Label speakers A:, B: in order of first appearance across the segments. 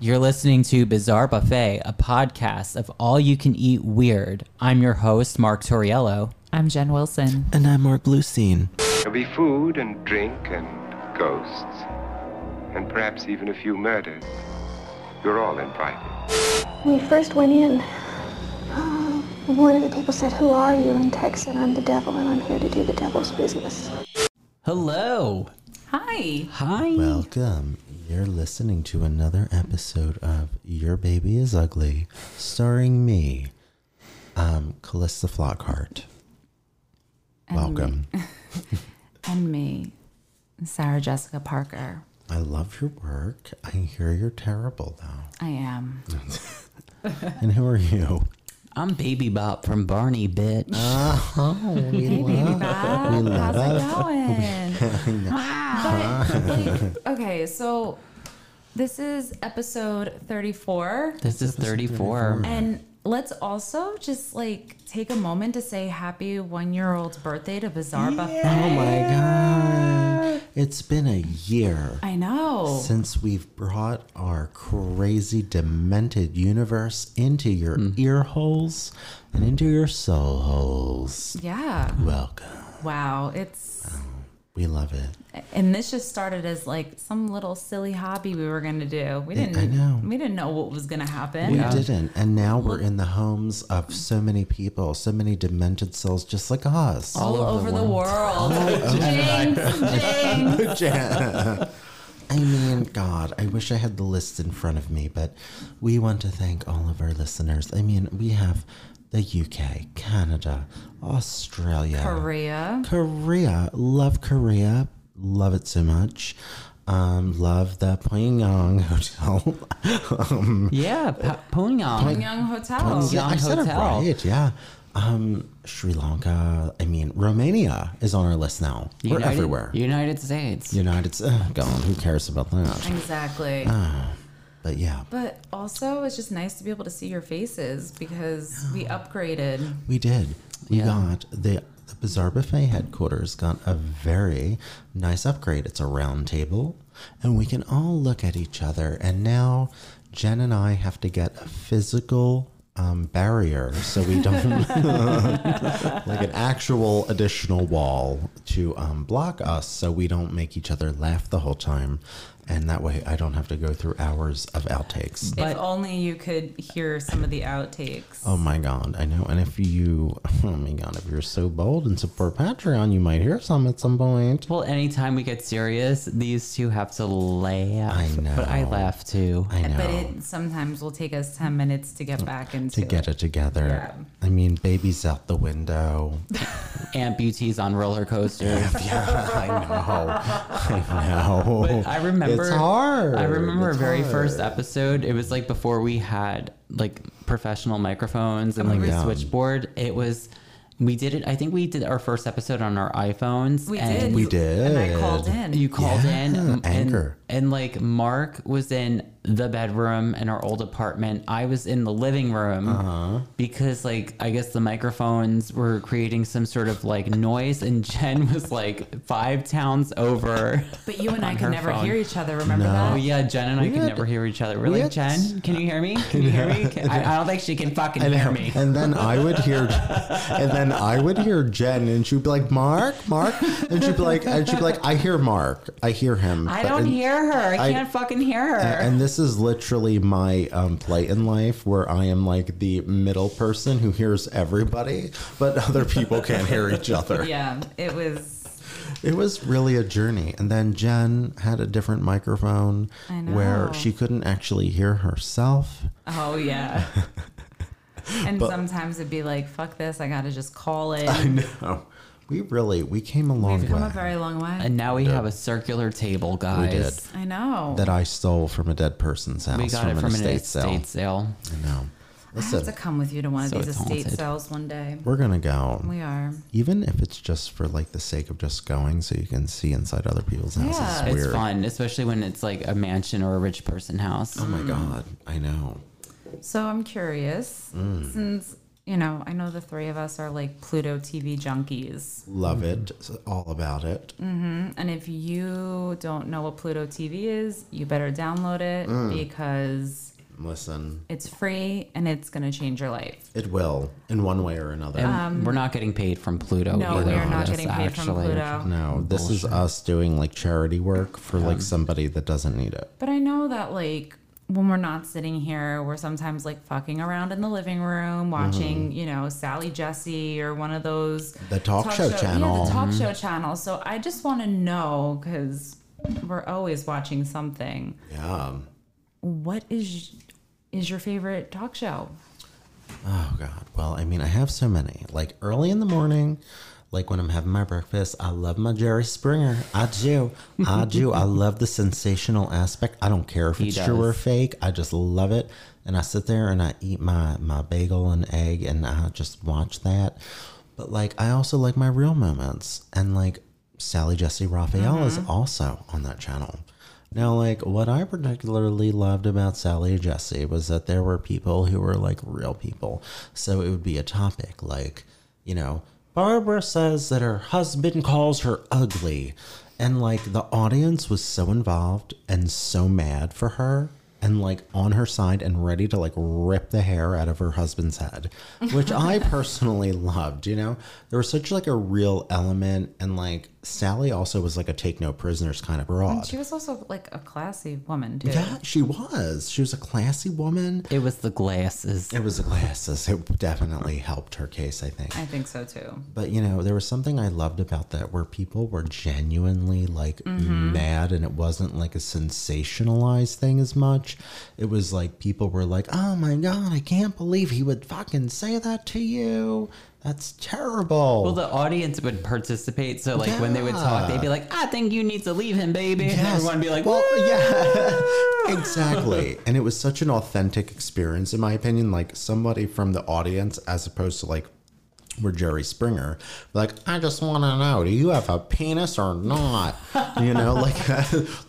A: You're listening to Bizarre Buffet, a podcast of all you can eat weird. I'm your host, Mark Torriello.
B: I'm Jen Wilson.
C: And I'm Mark Bluestein.
D: There'll be food and drink and ghosts, and perhaps even a few murders. You're all invited.
E: When we first went in, uh, one of the people said, Who are you? in Texas? And I'm the devil, and I'm here to do the devil's business.
A: Hello.
B: Hi.
A: Hi.
C: Welcome. You're listening to another episode of Your Baby is Ugly, starring me, um, Callista Flockhart. Welcome.
B: And me, Sarah Jessica Parker.
C: I love your work. I hear you're terrible, though.
B: I am.
C: And who are you?
A: I'm Baby Bop from Barney, bitch.
C: Oh, we love
B: Hi, How's it going? Hi. But, like, okay, so this is episode 34.
A: this is 34.
B: And let's also just like take a moment to say happy one year old's birthday to Bizarre
C: Oh
B: Buffet.
C: my God. It's been a year.
B: I know.
C: Since we've brought our crazy, demented universe into your ear holes and into your soul holes.
B: yeah.
C: Welcome.
B: Wow. It's.
C: We love it.
B: And this just started as like some little silly hobby we were gonna do. We didn't.
C: I know.
B: We didn't know what was gonna happen.
C: We didn't. And now we're in the homes of so many people, so many demented souls just like us.
B: All, over, the world. Jinx, jinx.
C: I mean, God, I wish I had the list in front of me, but we want to thank all of our listeners. I mean, we have the UK, Canada, Australia,
B: Korea.
C: Korea. Love Korea. Love it so much. Um, love the Pyongyang Hotel. um,
A: yeah, pa- Pyongyang.
B: Pyongyang Hotel.
A: Pyongyang.
C: I said it
A: Oh, Hotel.
C: right, yeah. Um, Sri Lanka. I mean, Romania is on our list now. We're
A: United-
C: everywhere.
A: United States.
C: United States. God, who cares about that?
B: Exactly.
C: But yeah,
B: but also, it's just nice to be able to see your faces because we upgraded.
C: we did. We
A: Yeah.
C: got the, the Bizarre Buffet headquarters got a very nice upgrade. It's a round table, and we can all look at each other. And now Jen and I have to get a physical um, barrier so we don't like an actual additional wall to um, block us so we don't make each other laugh the whole time. And that way, I don't have to go through hours of outtakes.
B: if only you could hear some of the outtakes.
C: Oh my god, I know. And if you, oh my god, if you're so bold and support Patreon, you might hear some at some point.
A: Well, anytime we get serious, these two have to laugh.
C: I know.
A: But I laugh too.
C: I know.
B: But it sometimes will take us ten minutes to get back into
C: to get it together. I mean, baby's out the window.
A: Amputees on roller coasters.
C: yeah, I know. I know.
A: But I remember.
C: It's hard.
A: I remember our
C: It's
A: very first
C: hard.
A: episode. It was like before we had like professional microphones and like
C: Oh, yeah.
A: a switchboard. It was. We did it. I think we did our first episode on our iPhones.
B: We
A: and
B: did.
C: We
B: And I called
C: did.
B: in.
A: You called
C: Yeah,
A: in m- and,
C: Anchor.
A: and like Mark was in the bedroom in our old apartment. I was in the living room
C: Uh-huh.
A: because like I guess the microphones were creating some sort of like noise, and Jen was like five towns over.
B: but you and I
A: on
B: could
A: her
B: never
A: phone.
B: hear each other. Remember
A: Oh
B: that?
A: yeah, Jen and I could
C: had-
A: never hear each other. We're
C: we
A: like,
C: had-
A: Jen, can you hear me? Can you hear me? Can- I, I don't think she can fucking
C: And,
A: hear me.
C: and then I would hear, and then I would hear Jen, and she'd be like, "Mark, Mark," and she'd be like, "And she'd be like, I hear Mark, I hear him."
A: I
C: but-
A: don't
C: and-
A: hear her. I,
C: I-
A: can't fucking hear her.
C: A- And this is literally my um, plight in life where I am like the middle person who hears everybody, but other people can't hear each other.
B: Yeah. It was.
C: It was really a journey. And then Jen had a different microphone
B: I know.
C: where she couldn't actually hear herself.
B: Oh yeah. And sometimes it'd be like, "Fuck this! I gotta just call it."
C: No. We really, we came a long
B: We've come
C: way
B: a very long way.
A: And now we have a circular table, guys.
C: did.
B: I know.
C: that I stole from a dead person's house
A: We got
C: from,
A: it
C: an
A: from an
C: estate
A: estate
C: sale.
A: sale.
C: I know.
B: I have to
C: Listen,
B: come with you to one of
A: So
B: these
A: it's
B: estate
A: haunted.
B: sales one day.
C: we're going to go.
B: We are.
C: Even if it's just for like the sake of just going so you can see inside other people's houses.
B: Yeah.
C: It's
A: It's
C: weird.
A: fun, especially when it's like a mansion or a rich
C: Um,
A: person house.
C: Oh my god, I know.
B: So I'm curious, since you know, I know the three of us are like Pluto TV junkies.
C: Love it. It's all about it.
B: And if you don't know what Pluto TV is, you better download it because
C: Listen,
B: it's free and it's going to change your life.
C: it will in one way or another.
A: And we're not getting paid from Pluto.
B: No,
A: either
B: we are
A: for
B: not
A: this,
B: getting paid from
A: Oh, actually.
B: Pluto.
C: no, this is us doing like charity work for like somebody that doesn't need it.
B: But I know that like when we're not sitting here, we're sometimes like fucking around in the living room watching, you know, Sally Jesse or one of those
C: Mm-hmm. The talk show channel. Mm-hmm.
B: Yeah, the talk show channel. So I just want to know because we're always watching something.
C: Yeah.
B: What is is your favorite talk show?
C: Oh God. Well, I mean, I have so many. Like early in the morning, like when I'm having my breakfast, I love my Jerry Springer. I do. I do. I love the sensational aspect. I don't care if it's true or
A: does.
C: fake. I just love it. And I sit there and I eat my my bagel and egg and I just watch that. But like I also like my real moments and like Sally Jesse Raphael is also on that channel. Now, like, what I particularly loved about Sally and Jesse was that there were people who were like real people. So it would be a topic like, you know, Barbara says that her husband calls her ugly. And like, the audience was so involved and so mad for her and like on her side and ready to like rip the hair out of her husband's head, which I personally loved, you know? There was such like a real element and like Sally also was like a take no prisoners kind of broad.
B: She was also like a classy woman too.
C: Yeah, she was. She was a classy woman.
A: It was the glasses.
C: It was the glasses. It definitely helped her case, I think.
B: I think so too.
C: But you know, there was something I loved about that where people were genuinely like
A: Mm-hmm.
C: mad and it wasn't like a sensationalized thing as much. It was like people were like, "Oh my god, I can't believe he would fucking say that to you. That's terrible."
A: Well, the audience would participate. So, like, when they would talk, they'd be like, I think you need to leave him, baby. And
C: Yes.
A: everyone would be like,
C: well,
A: well,
C: yeah, exactly. And it was such an authentic experience, in my opinion. Like somebody from the audience, as opposed to like where Jerry Springer, like I just want to know, do you have a penis or not? You know, like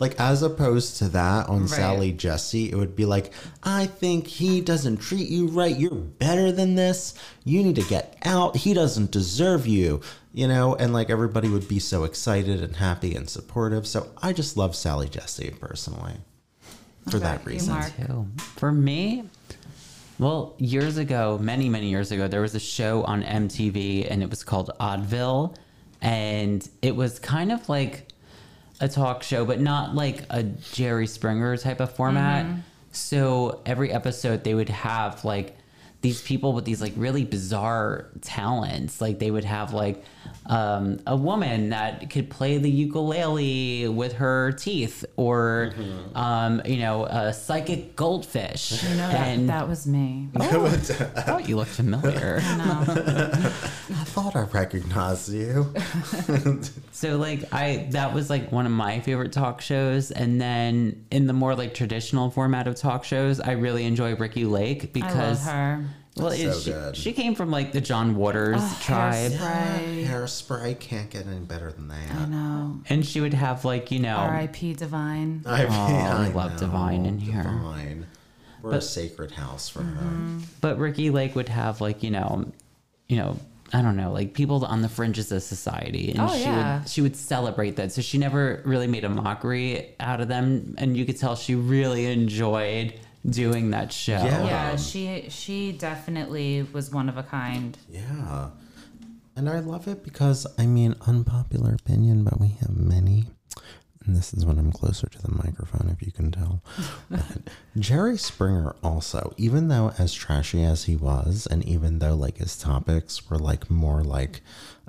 C: like as opposed to that on Sally Jesse, it would be like, I think he doesn't treat you right. You're better than this. You need to get out. He doesn't deserve you. You know, and like everybody would be so excited and happy and supportive. So I just love Sally Jesse personally for
B: What about
C: that
B: you,
C: reason.
B: Mark?
A: Ew. For me, well, years ago, many, many years ago, there was a show on MTV and it was called Oddville. And it was kind of like a talk show, but not like a Jerry Springer type of format.
B: Mm-hmm.
A: So every episode, they would have like these people with these like really bizarre talents. Like they would have like um, a woman that could play the ukulele with her teeth, or um, you know, a psychic goldfish.
B: Mm-hmm. You know that,
A: and
B: that was me.
A: Oh, I thought you looked familiar.
C: I thought I recognized you.
A: So like I that was like one of my favorite talk shows and then in the more like traditional format of talk shows I really enjoy Ricky Lake
B: I love
A: because
B: her.
A: well it,
C: So
A: she,
C: good.
A: she came from like the John Waters
B: Oh,
A: tribe
B: Hairspray.
C: Hairspray can't get any better than that.
B: I know.
A: and she would have like you know
B: R.I.P. Divine.
C: I mean,
A: I love Divine in here. Mm-hmm.
C: Divine. We're a sacred house for her.
A: but Ricky Lake would have like you know you know I don't know like people on the fringes of society and
B: Oh,
A: she
B: yeah.
A: would she would celebrate that so she never really made a mockery out of them and you could tell she really enjoyed doing that show
C: Yeah.
B: Yeah,
C: Um,
B: she she definitely was one of a kind.
C: Yeah. And I love it because, I mean, unpopular opinion, but we have many. And this is when I'm closer to the microphone, if you can tell. But Jerry Springer also, even though as trashy as he was, and even though like his topics were like more like,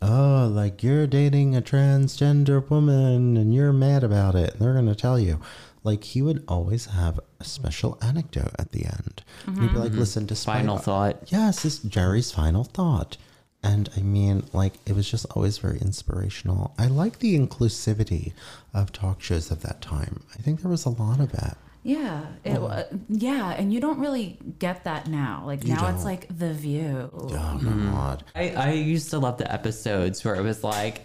C: oh, like you're dating a transgender woman and you're mad about it, and they're gonna tell you. Like he would always have a special anecdote at the end. He'd be like, listen, despite
A: final thought
C: Yes, it's Jerry's final thought. And I mean, like, it was just always very inspirational. I like the inclusivity of talk shows of that time. I think there was a lot of it.
B: Yeah, it, wa- yeah, and you don't really get that now. Like now it's like The View.
C: Oh, my God.
A: I, I used to love the episodes where it was like,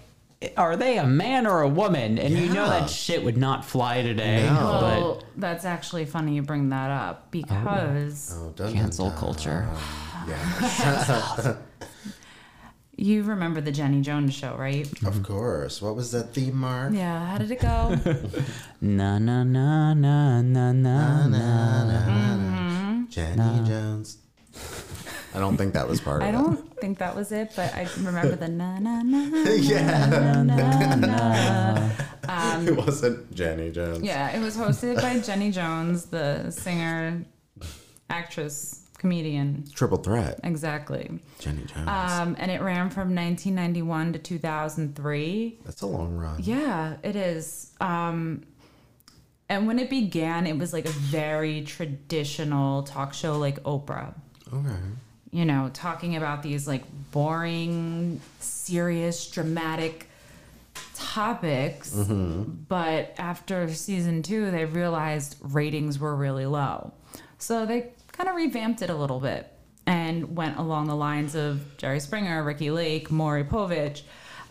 A: are they a man or a woman? And you know
C: Yeah.
A: that shit would not fly today.
B: Well, that's actually funny you bring that up because
C: Oh, dun, dun,
A: But cancel
C: dun.
A: culture.
B: You remember the Jenny Jones show, right?
C: Of course. What was that theme, Mark?
B: Yeah. How did it go?
A: Na na na na na na na.
C: Jenny Jones. I don't think that was part
B: I
C: of it.
B: don't think that was it, but I remember the na na na
C: yeah.
B: na na. na.
C: it wasn't Jenny Jones.
B: Yeah, it was hosted by Jenny Jones, the singer, actress, comedian.
C: Triple threat.
B: Exactly.
C: Jenny Jones.
B: Um, and it ran from 1991 to 2003.
C: That's a long run.
B: Yeah, it is. Um, and when it began, it was like a very traditional talk show like Oprah,
C: Okay.
B: you know, talking about these like boring, serious, dramatic topics. But after season two, they realized ratings were really low. So they kind of revamped it a little bit and went along the lines of Jerry Springer, Ricky Lake, Maury Povich,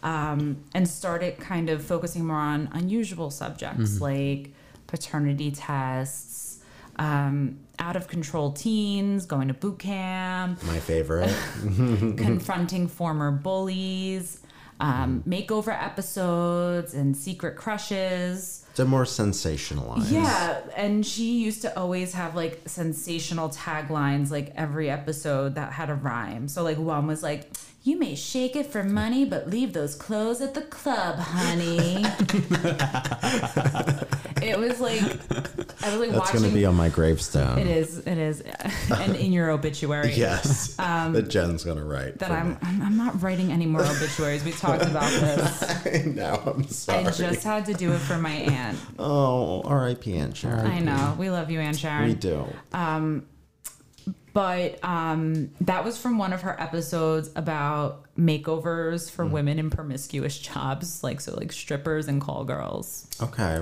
B: um, and started kind of focusing more on unusual subjects like paternity tests, um, out of control teens, going to boot camp,
C: My favorite. Mm-hmm.
B: confronting former bullies, um,
C: Mm-hmm.
B: makeover episodes, and secret crushes.
C: to more sensationalized.
B: Yeah, and she used to always have like sensational taglines, like every episode that had a rhyme. So like one was like, "You may shake it for money, but leave those clothes at the club, honey." it was like I was like
C: That's
B: watching.
C: going to be on my gravestone.
B: it is. It is, and in your obituary.
C: Yes. that Jen's going to write.
B: Um, That
C: for
B: I'm,
C: me.
B: I'm I'm not writing any more obituaries. We talked about this.
C: I know. I'm sorry.
B: I just had to do it for my aunt.
C: oh, R.I.P. and Sharon.
B: I know. We love you, Aunt Sharon.
C: We do.
B: Uh, But um, that was from one of her episodes about makeovers for
C: Mm.
B: women in promiscuous jobs, like so, like strippers and call girls.
C: Okay.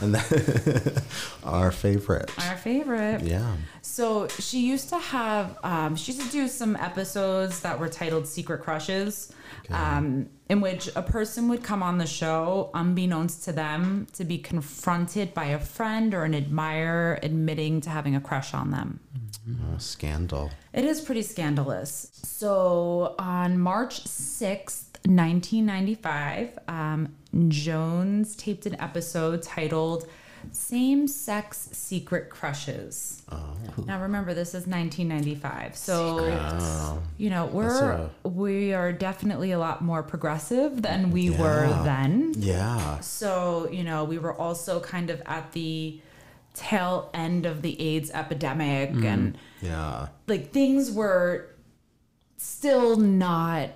C: And then our favorite.
B: Our favorite.
C: Yeah.
B: So she used to have, um, she used to do some episodes that were titled Secret Crushes, um, in which a person would come on the show, unbeknownst to them, to be confronted by a friend or an admirer admitting to having a crush on them.
C: Oh, scandal.
B: It is pretty scandalous. So on March 6th, 1995, um, Jones taped an episode titled Same Sex Secret Crushes. Now remember, this is 1995. So, you know, we're, we are definitely a lot more progressive than we were
C: Yeah.
B: then.
C: Yeah.
B: So, you know, we were also kind of at the tail end of the AIDS epidemic and
C: Yeah.
B: like things were still not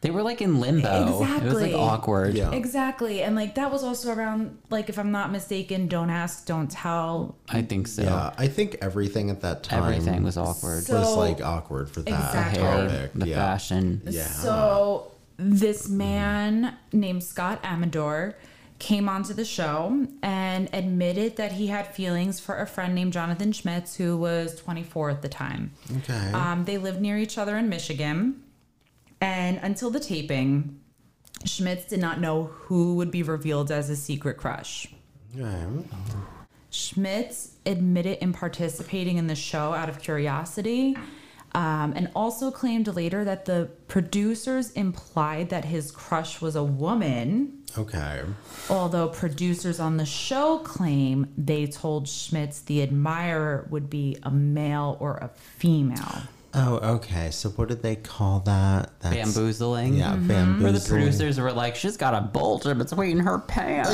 A: They were like in limbo. It was like
B: Exactly.
A: awkward.
C: Yeah.
B: exactly and like that was also around like if i'm not mistaken don't ask don't tell
A: I think so.
C: Yeah. Uh, I think everything at that time
A: Everything was awkward.
B: So-
C: was, like awkward for that
B: Exactly.
A: Hair,
C: topic.
A: the
C: yeah.
A: fashion.
C: Yeah. Mm-hmm.
B: so this man named scott amador came onto the show and admitted that he had feelings for a friend named jonathan schmitz who was 24 at the time
C: okay.
B: Um, they lived near each other in Michigan. And until the taping, Schmitz did not know who would be revealed as his secret crush. Um,
C: okay.
B: Schmitz admitted in participating in the show out of curiosity um, and also claimed later that the producers implied that his crush was a woman,
C: Okay.
B: although producers on the show claim they told Schmitz the admirer would be a male or a female.
C: Oh, okay. So what did they call that? That's,
A: Bamboozling.
C: Yeah,
B: Mm-hmm.
C: bamboo.
A: Where the producers were like, she's got a boulder between her
C: Oh,
A: pants.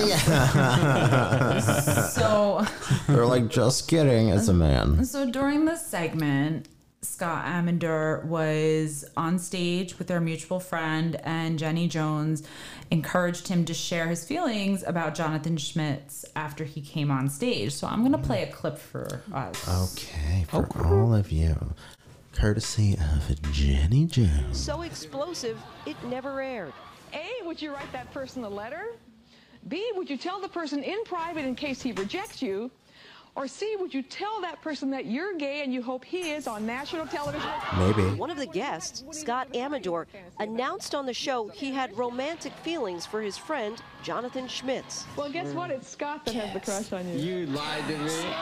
B: So.
C: They're like, just kidding. It's a man.
B: So during this segment, Scott Amender was on stage with their mutual friend, and Jenny Jones encouraged him to share his feelings about Jonathan Schmitz after he came on stage. So I'm going to play a clip for us.
C: Oh. Okay, for all of you, courtesy of Jenny Jones.
F: so explosive it never aired.
G: A, would you write that person a letter? B, would you tell the person in private in case he rejects you? Or C, would you tell that person that you're gay and you hope he is on national television?
C: Maybe.
F: One of the guests, Scott Amador, announced on the show he had romantic feelings for his friend Jonathan Schmitz.
G: Well, guess what? It's Scott that has the crush on you. You lied to me.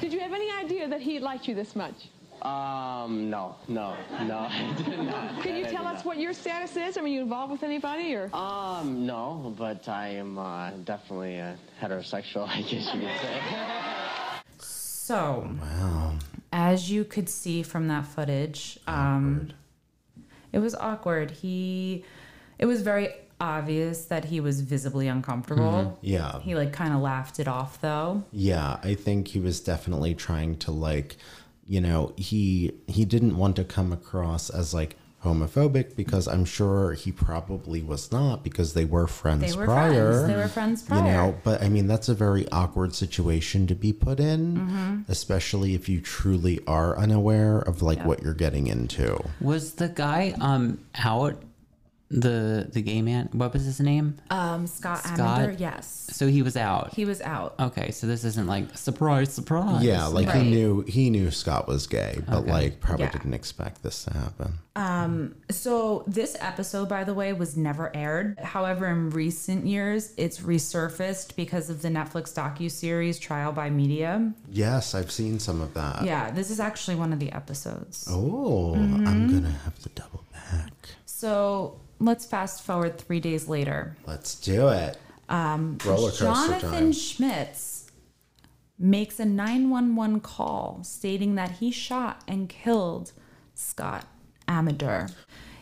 G: Did you have any idea that he liked you this much?
H: Um, no, no, no. I did not.
G: Can you
H: I did
G: tell us
H: not.
G: what your status is? I mean, you involved with anybody or?
H: Um, no, but I am uh, definitely uh, heterosexual, I guess you could say.
B: So, as you could see from that footage, um, it was awkward. He, it was very obvious that he was visibly uncomfortable.
C: Yeah.
B: He like kind of laughed it off though.
C: Yeah, I think he was definitely trying to like, you know, he he didn't want to come across as like homophobic because I'm sure he probably was not because they were friends
B: They were
C: prior.
B: friends. They were friends prior.
C: You know, but I mean that's a very awkward situation to be put in,
B: Mm-hmm.
C: especially if you truly are unaware of like what you're getting into.
A: Was the guy um out the the gay man? What was his name?
B: Um, Scott,
A: Scott? Uh,
B: Amender, yes,
A: so he was out.
B: he was out.
A: okay, so this isn't like surprise, surprise.
C: Yeah, like
B: Right.
C: he knew he knew Scott was gay, but like probably
B: Yeah.
C: didn't expect this to happen.
B: So, this episode, by the way, was never aired. However, in recent years, it's resurfaced because of the Netflix docuseries Trial by Media.
C: yes, I've seen some of that.
B: Yeah, this is actually one of the episodes.
C: Oh, I'm
A: Mm-hmm.
C: gonna have to double back.
B: So, let's fast forward three days later.
C: Let's do it. Um, Roller coaster
B: Jonathan
C: time.
B: Schmitz makes a 911 call stating that he shot and killed Scott Amador.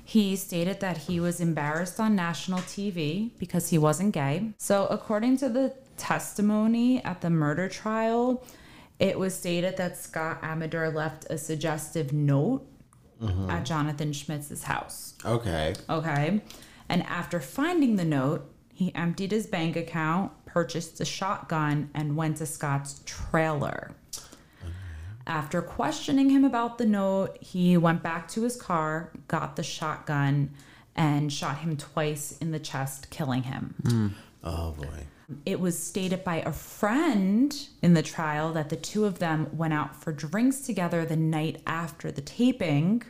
B: He stated that he was embarrassed on national TV because he wasn't gay. So, according to the testimony at the murder trial, it was stated that Scott Amador left a suggestive note
C: Mm-hmm.
B: at Jonathan Schmitz's house.
C: Okay.
B: Okay. And after finding the note, he emptied his bank account, purchased a shotgun, and went to Scott's trailer. After questioning him about the note, he went back to his car, got the shotgun, and shot him twice in the chest, killing him.
C: Oh boy.
B: It was stated by a friend in the trial that the two of them went out for drinks together the night after the taping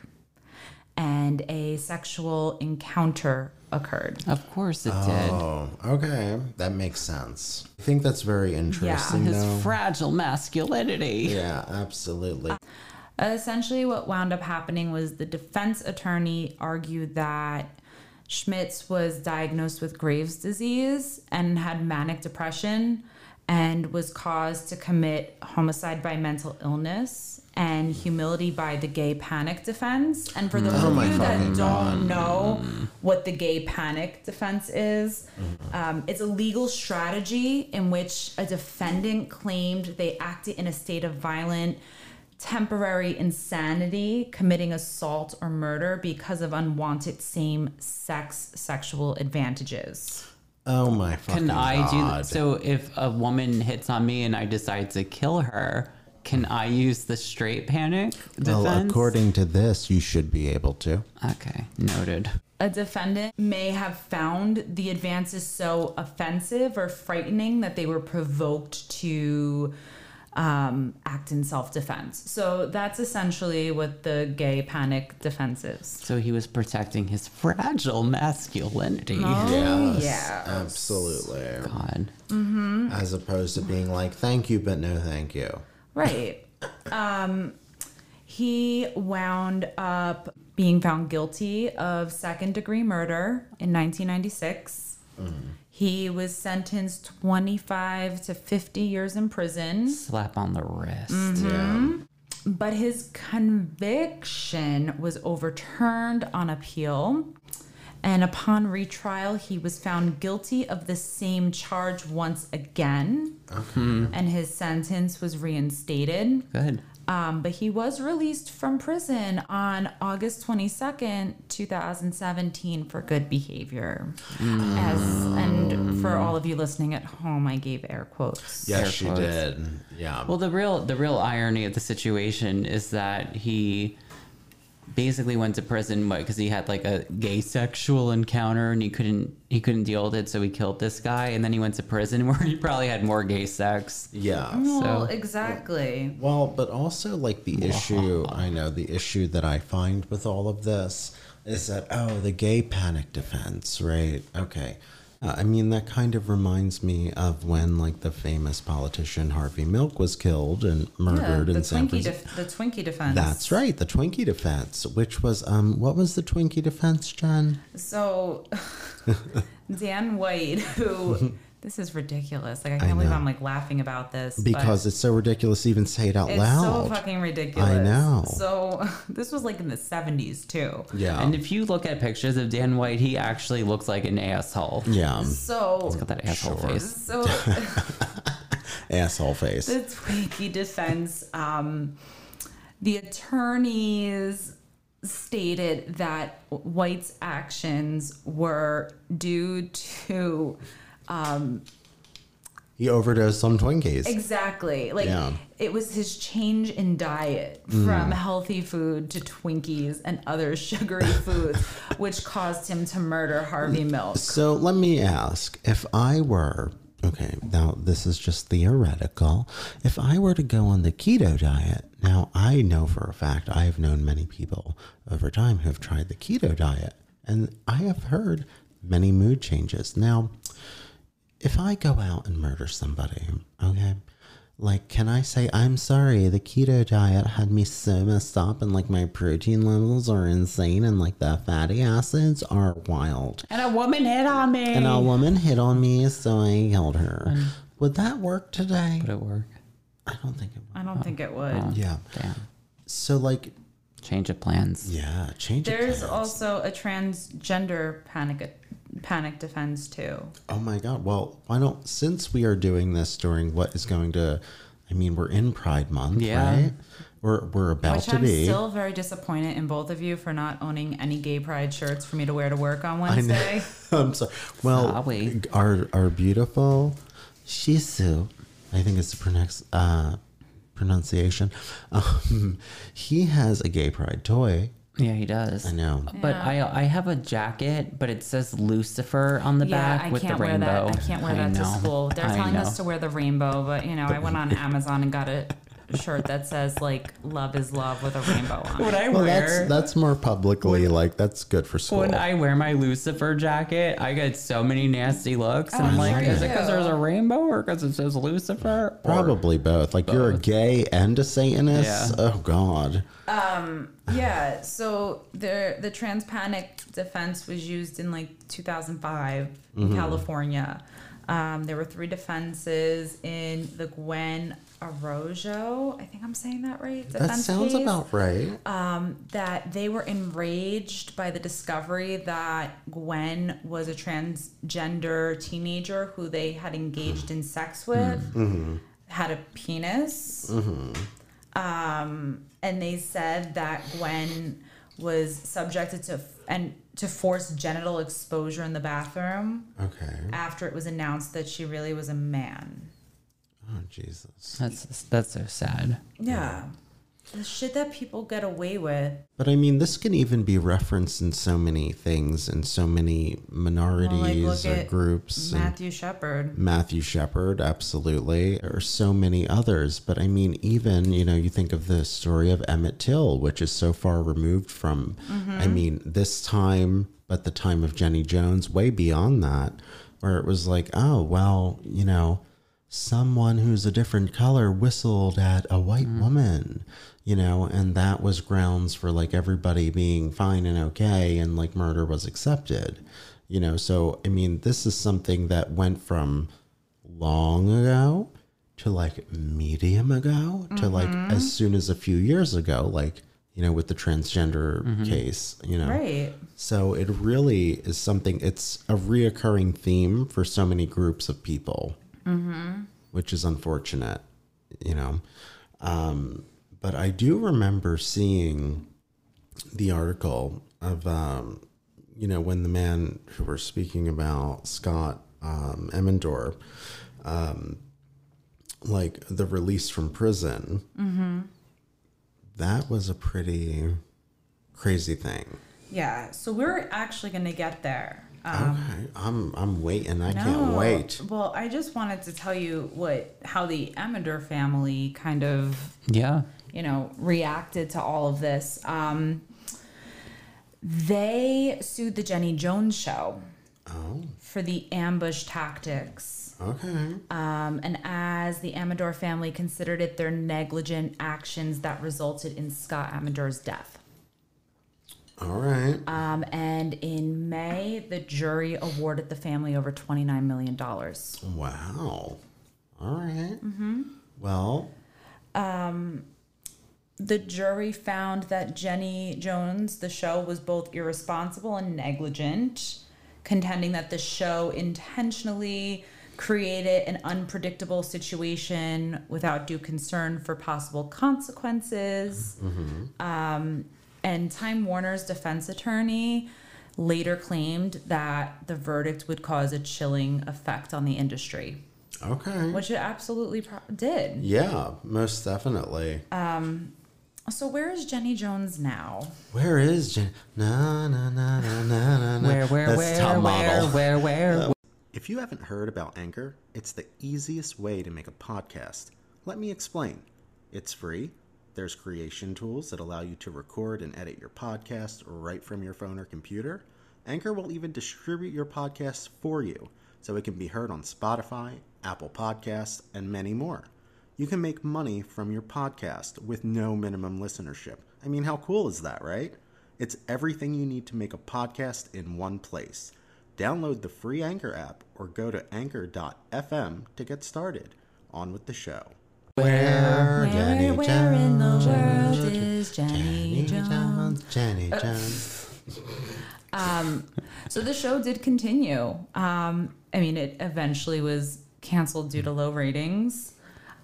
B: and a sexual encounter occurred.
A: Of course it
C: Oh, okay. That makes sense. I think that's very interesting.
A: did. His
C: though.
A: fragile masculinity.
C: yeah, absolutely.
B: Essentially, what wound up happening was the defense attorney argued that Schmitz was diagnosed with Graves' disease and had manic depression and was caused to commit homicide by mental illness and humility by the gay panic defense. And for those of you that don't know what the gay panic defense is, um, it's a legal strategy in which a defendant claimed they acted in a state of violent temporary insanity, committing assault or murder because of unwanted same sex sexual advantages.
C: Oh my fucking
A: Can I do
C: god.
A: that? So if a woman hits on me and I decide to kill her, can I use the straight panic defense?
C: well, according to this, you should be able to.
A: Okay, noted.
B: A defendant may have found the advances so offensive or frightening that they were provoked to um, act in self defense. So that's essentially what the gay panic defense is.
A: So he was protecting his fragile masculinity.
C: Yes,
B: yes.
C: absolutely.
A: God.
C: As opposed to being like, "Thank you, but no, thank you."
B: Right. um, he wound up being found guilty of second degree murder in 1996. He was sentenced 25 to 50 years in prison,
A: Slap on the wrist.
B: but his conviction was overturned on appeal. And upon retrial, he was found guilty of the same charge once again. And his sentence was reinstated.
A: Good.
B: Um, but he was released from prison on August 22nd, 2017, for good behavior.
C: Mm.
B: As and for all of you listening at home, I gave air quotes.
A: Air
C: Yes, she
A: quotes.
C: did. Yeah.
A: Well, the real the real irony of the situation is that he basically went to prison what because he had like a gay sexual encounter and he couldn't he couldn't deal with it so he killed this guy and then he went to prison where he probably had more gay sex
C: yeah.
B: Well,
A: So-
B: Oh, exactly.
C: Well, but also like the issue, I know the issue that I find with all of this is that oh, the gay panic defense, right? Okay. Uh, I mean, that kind of reminds me of when, like, the famous politician Harvey Milk was killed and murdered
B: the
C: in San
B: Twinkie,
C: Francisco.
B: def- the Twinkie defense.
C: That's right, the Twinkie defense, which was um, what was the Twinkie defense, Jen?
B: So Dan White, who this is ridiculous. Like I can't believe
C: know.
B: I'm like laughing about this but
C: Because it's so ridiculous to even say it out
B: it's
C: loud.
B: so fucking ridiculous.
C: I know.
B: So this was like in the 70s too.
C: yeah,
A: And if you look at pictures of Dan White, he actually looks like an asshole.
C: yeah,
B: So
A: Got that asshole face.
B: so
C: asshole face.
B: the Twinkie defense, um, the attorneys stated that White's actions were due to
C: He overdosed on Twinkies.
B: Exactly. Like
C: Yeah.
B: it was his change in diet from healthy food to Twinkies and other sugary foods, which caused him to murder Harvey Milk.
C: So let me ask if I were, okay, now this is just theoretical. If I were to go on the keto diet, now I know for a fact, I have known many people over time who have tried the keto diet, and I have heard many mood changes. Now, if I go out and murder somebody, okay, like, can I say, I'm sorry, the keto diet had me so messed up, and like my protein levels are insane, and like the fatty acids are wild?
A: And a woman hit on me.
C: and a woman hit on me, so I killed her. Would that work today?
A: Would it work?
C: I don't think it would.
B: I don't think it would.
C: Yeah.
A: Damn.
C: So, like,
A: Change of plans.
C: yeah, change of
B: There's
C: plans.
B: also a transgender panic panic defense too.
C: Oh my God. Well, why don't, since we are doing this during what is going to, I mean, we're in Pride Month,
A: Yeah.
C: right? We're, we're about
B: Which
C: to
B: I'm
C: be.
B: still very disappointed in both of you for not owning any gay pride shirts for me to wear to work on Wednesday.
C: I'm sorry. Well,
A: Sorry.
C: our our beautiful Shisu, I think it's the pronounce, uh, pronunciation. Um, he has a gay pride toy.
A: Yeah, he does.
C: I know.
A: But I I have a jacket, but it says Lucifer on the
B: Yeah,
A: back
B: I
A: with
B: can't
A: the
B: wear
A: rainbow.
B: that. I can't wear
A: I
B: that to
A: know.
B: school. They're
A: I
B: telling
A: know.
B: us to wear the rainbow, but you know, I went on Amazon and got a shirt that says like "Love is love" with a rainbow on.
A: When
B: it.
A: I
C: Well,
A: wear
C: that's that's more publicly like that's good for school.
A: when I wear my Lucifer jacket, I get so many nasty looks. And I'm like,
C: really?
A: is it because there's a rainbow or because it says Lucifer? Or-
C: Probably both. Like you're a gay and a Satanist.
A: Yeah.
C: Oh God.
B: Yeah, so the the trans panic defense was used in like 2005
A: Mm-hmm.
B: in California. Um, there were three defenses in the Gwen Arroyo. I think I'm saying that right.
C: That
B: defense
C: sounds
B: case.
C: about right.
A: Uh,
B: that they were enraged by the discovery that Gwen was a transgender teenager who they had engaged in
C: Mm-hmm.
B: sex with, had a penis.
C: Mm-hmm.
B: Um, and they said that Gwen was subjected to and to forced genital exposure in the bathroom
C: okay.
B: after it was announced that she really was a man.
C: Oh Jesus.
A: That's that's so sad.
B: Yeah. The shit that people get away with.
C: But I mean, this can even be referenced in so many things and so many minorities or groups. and-
B: Matthew Shepard.
C: Matthew Shepard, absolutely. There are so many others. But I mean, even, you know, you think of the story of Emmett Till, which is so far removed from, I mean, this time, but the time of Jenny Jones, way beyond that, where it was like, oh, well, you know, someone who's a different color whistled at a white woman, you know, and that was grounds for like everybody being fine and okay and like murder was accepted, you know. So, I mean, this is something that went from long ago to like medium ago to like as soon as a few years ago, like, you know, with the transgender case, you know.
B: Right.
C: So it really is something, it's a reoccurring theme for so many groups of people, which is unfortunate, you know. Um, but I do remember seeing the article of, um, you know, when the man who we're speaking about, Scott um, Emmendorf, um, like the release from prison, that was a pretty crazy thing.
B: Yeah, so we're actually going to get there. Uh,
C: Okay, I'm I'm waiting. I can't wait.
B: Well, I just wanted to tell you what how the Amador family kind of,
A: Yeah.
B: you know, reacted to all of this. Um, they sued the Jenny Jones show for the ambush tactics.
C: Oh, Okay.
B: Um, and as the Amador family considered it their negligent actions that resulted in Scott Amador's death.
C: All right.
B: Um, and in May, the jury awarded the family over $29 million.
C: wow. All right.
A: Mm-hmm.
C: Well,
B: The jury found that Jenny Jones, the show, was both irresponsible and negligent, contending that the show intentionally created an unpredictable situation without due concern for possible consequences. Um, And Time Warner's defense attorney later claimed that the verdict would cause a chilling effect on the industry,
C: okay.
B: which it absolutely pro- did.
C: yeah, most definitely.
B: So, where is Jenny Jones now?
C: where is Jen? Na na na na na na. na.
A: Where, where,
C: That's
A: where,
C: top
A: where,
C: model.
A: where, where,
C: If you haven't heard about Anchor, it's the easiest way to make a podcast. Let me explain. It's free. There's creation tools that allow you to record and edit your podcast right from your phone or computer. Anchor will even distribute your podcast for you so it can be heard on Spotify, Apple Podcasts, and many more. You can make money from your podcast with no minimum listenership. I mean, how cool is that, right? It's everything you need to make a podcast in one place. Download the free Anchor app or go to anchor.fm to get started. On with the show.
B: Where,
C: Jenny
B: where in the
C: Jones,
B: world is Jenny
C: Jenny
B: Jones?
C: Jones, Uh, Jenny Jones.
B: So the show did continue. Um, I mean, it eventually was canceled due to low ratings.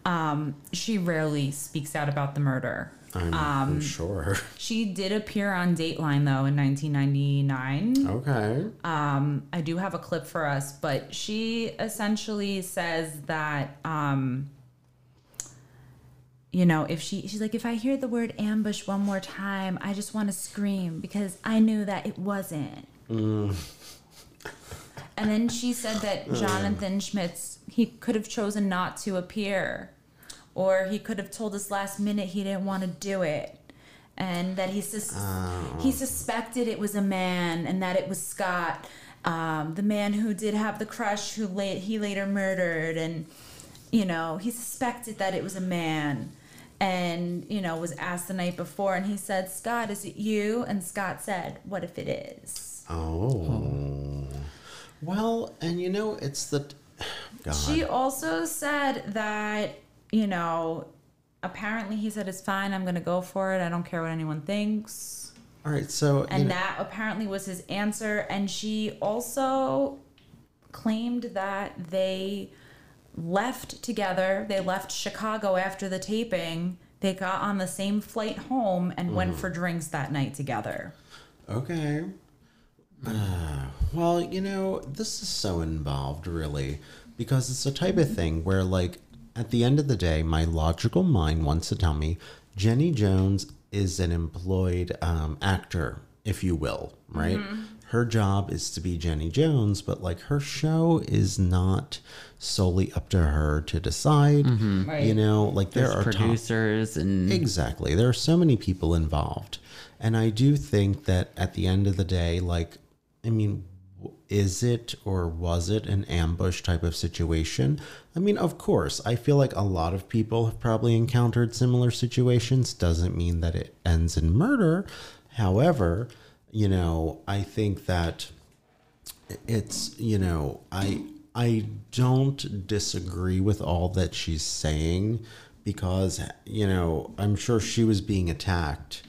B: Um, she rarely speaks out about the murder.
C: I'm, I'm sure.
B: She did appear on Dateline though in 1999.
C: Okay.
B: Um, I do have a clip for us, but she essentially says that, um, you know, if she, she's like, if I hear the word ambush one more time, I just want to scream because I knew that it wasn't. and then she said that Jonathan Schmitz, he could have chosen not to appear, or he could have told us last minute he didn't want to do it. And that he sus- he suspected it was a man, and that it was Scott, um, the man who did have the crush, who late he later murdered, and you know he suspected that it was a man, and you know was asked the night before, and he said, "Scott, is it you?" And Scott said, "What if it is?"
C: Oh. Well, and you know, it's the. God.
B: She also said that you know, apparently he said, "It's fine. I'm gonna go for it. I don't care what anyone thinks."
C: All right, so. you
B: and
C: know-
B: that apparently was his answer and she also claimed that they left together they left chicago after the taping they got on the same flight home and went for
C: Mm-hmm.
B: drinks that night together
C: Okay. Uh, well, you know, this is so involved, really, because it's the type of thing where, like, at the end of the day, my logical mind wants to tell me Jenny Jones is an employed um, actor, if you will, right? Her job is to be Jenny Jones, but like her show is not solely up to her to decide. You
B: Right.
C: know, like there are times-
A: producers and
C: Exactly. There are so many people involved. And I do think that at the end of the day, like, I mean, w- is it or was it an ambush type of situation? I mean, of course, I feel like a lot of people have probably encountered similar situations. Doesn't mean that it ends in murder. However, you know, I think that it's you know i i don't disagree with all that she's saying because you know i'm sure she was being attacked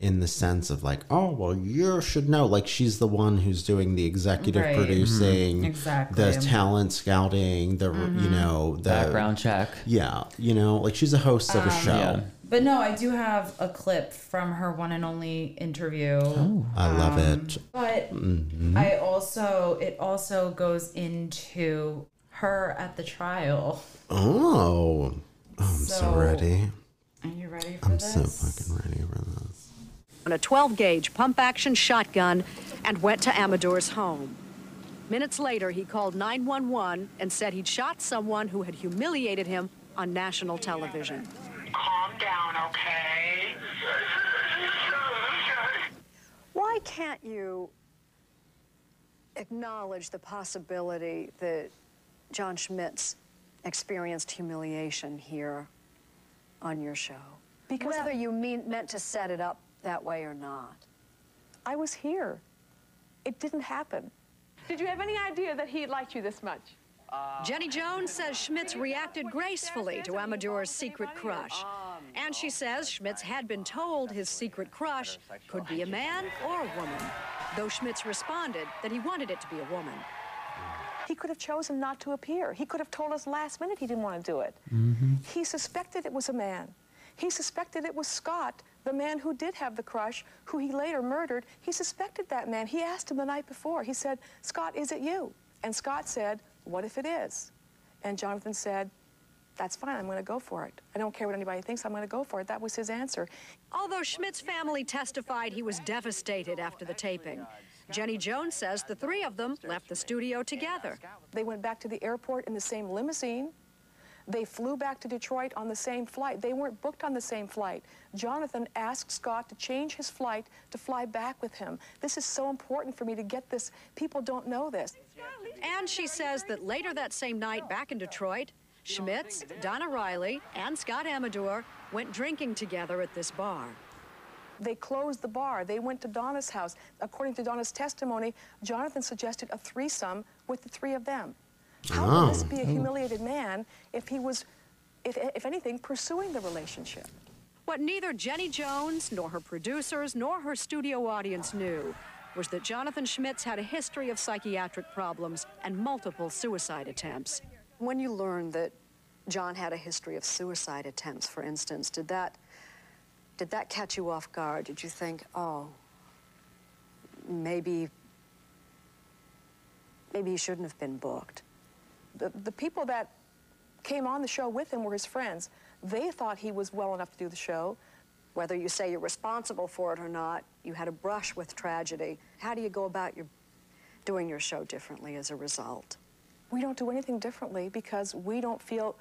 C: in the sense of like oh well you should know like she's the one who's doing the executive
B: Right. Mhm.
C: producing
B: Exactly. Mm-hmm.
C: the talent scouting the you know the
A: background check.
C: yeah you know like she's a host of a
B: Um,
C: show
A: yeah.
B: but no i do have a clip from her one and only interview
C: i love it
B: But
C: Mm-hmm.
B: I also, it also goes into her at the trial.
C: oh, oh i'm so,
B: Um, So-
C: ready
B: Are you ready for
C: i'm
B: this?
C: so fucking ready for this
I: on a 12 gauge pump action shotgun and went to Amador's home. Minutes later, he called 911 and said he'd shot someone who had humiliated him on national television.
J: Calm down, okay?
K: Why can't you
I: acknowledge the possibility that John Schmitz experienced humiliation here on your show?
K: Because
I: whether
K: I-
I: you mean, meant to set it up that way or not.
G: I was here. It didn't happen. Did you have any idea that he liked you this much?
I: Jenny Jones says Schmitz reacted gracefully to Amador's secret crush. And she says Schmitz had been told his secret crush could be a man or a woman, though Schmitz responded that he wanted it to be a woman.
G: He could have chosen not to appear. He could have told us last minute he didn't want to do it. He suspected it was a man. He suspected it was Scott, the man who did have the crush, who he later murdered. He suspected that man. He asked him the night before. He said, Scott, is it you? And Scott said, What if it is? And Jonathan said, That's fine. I'm going to go for it. I don't care what anybody thinks. I'm going to go for it. That was his answer.
I: Although Schmidt's family testified he was devastated after the taping, Jenny Jones says the three of them left the studio together.
G: They went back to the airport in the same limousine. They flew back to Detroit on the same flight. They weren't booked on the same flight. Jonathan asked Scott to change his flight to fly back with him. This is so important for me to get this. People don't know this.
I: And she says that later that same night, back in Detroit, Schmitz, Donna Riley, and Scott Amador went drinking together at this bar.
G: They closed the bar. They went to Donna's house. According to Donna's testimony, Jonathan suggested a threesome with the three of them. How
C: Oh.
G: could this be a
C: Oh.
G: humiliated man if he was, if, if anything, pursuing the relationship?
I: What neither Jenny Jones, nor her producers, nor her studio audience knew was that Jonathan Schmitz had a history of psychiatric problems and multiple suicide attempts. When you learned that John had a history of suicide attempts, for instance, did that did that catch you off guard? Did you think, oh, maybe maybe he shouldn't have been booked?
G: the, the people that came on the show with him were his friends. They thought he was well enough to do the show.
I: Whether you say you're responsible for it or not, you had a brush with tragedy. How do you go about your doing your show differently as a result?
G: We don't do anything differently because we don't feel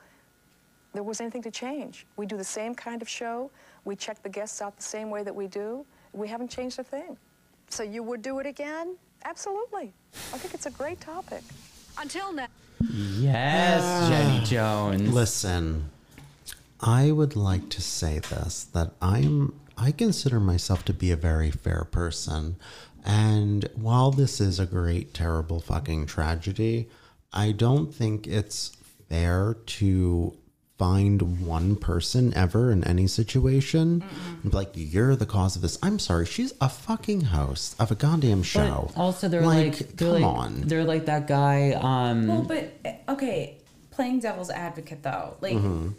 G: there was anything to change. We do the same kind of show. We check the guests out the same way that we do. We haven't changed a thing.
I: So you would do it again?
G: Absolutely. I think it's a great topic.
I: Until now.
C: Ah.
A: Yes, Jenny Jones.
C: Listen, I would like to say this that I'm I consider myself to be a very fair person. And while this is a great terrible fucking tragedy, I don't think it's fair to find one person ever in any situation and be like you're the cause of this. I'm sorry, she's a fucking host of a goddamn show.
A: Also, they're like, they're
C: come
A: like,
C: on.
A: They're like that guy. Um,
B: Well, but uh, okay, playing devil's advocate though, like,
A: Mhm.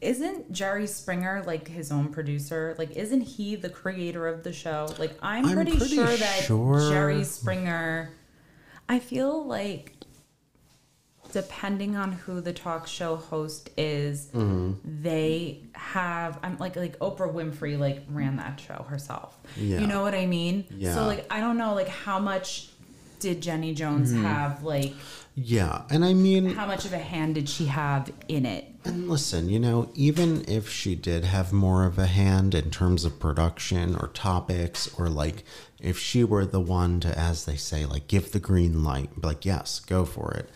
B: isn't Jerry Springer like his own producer? Like, isn't he the creator of the show? Like, I'm,
A: I'm
B: pretty,
A: pretty
B: sure that
A: sure-
B: Jerry Springer. I feel like, depending on who the talk show host is,
J: Mhm.
B: they have. I'm like like Oprah Winfrey like ran that show herself.
J: Yeah.
B: You know what I mean?
J: Yeah.
B: So like I don't know like how much did Jenny Jones
C: Mhm.
B: have like
C: yeah, and I mean
B: how much of a hand did she have in it?
C: And listen, you know, even if she did have more of a hand in terms of production or topics, or like if she were the one to, as they say, like give the green light, be like, yes, go for it.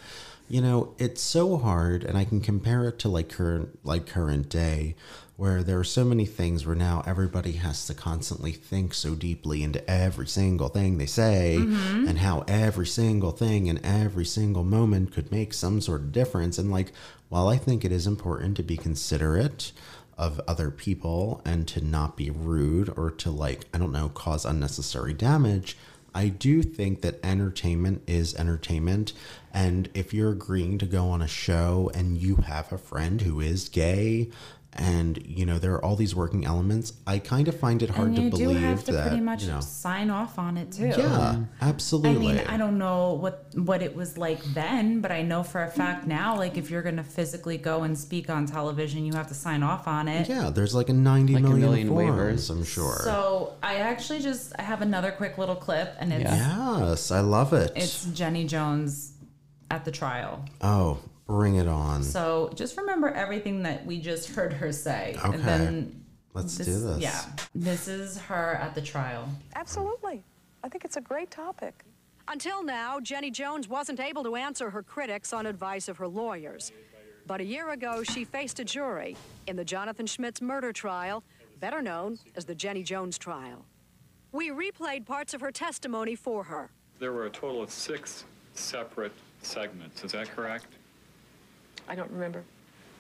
C: You know, it's so hard, and I can compare it to like current, like current day, where there are so many things where now everybody has to constantly think so deeply into every single thing they say,
L: Mhm.
C: and how every single thing and every single moment could make some sort of difference. And like, while I think it is important to be considerate of other people and to not be rude or to like, I don't know, cause unnecessary damage, I do think that entertainment is entertainment. And if you're agreeing to go on a show and you have a friend who is gay, and you know there are all these working elements. I kind of find it hard
B: and you
C: to
B: do
C: believe
B: have to
C: that
B: pretty much
C: you know,
B: sign off on it too.
C: yeah,
B: I
C: absolutely.
B: mean, I don't know what what it was like then, but I know for a fact now, like if you're gonna physically go and speak on television, you have to sign off on it.
C: Yeah, there's like a ninety
A: a
C: million
A: million
C: forms, I'm sure.
B: So I actually just I have another quick little clip, and it's
C: Yes, I love it.
B: it's Jenny Jones at the trial.
C: oh, bring it on.
B: So just remember everything that we just heard her say,
C: Okay.
B: and then
C: Let's do this.
B: Yeah, this is her at the trial.
G: Absolutely. I think it's a great topic.
I: Until now, Jenny Jones wasn't able to answer her critics on advice of her lawyers. But a year ago, she faced a jury in the Jonathan Schmitz murder trial, better known as the Jenny Jones trial. We replayed parts of her testimony for her.
K: There were a total of six separate segments, is that correct?
G: I don't remember.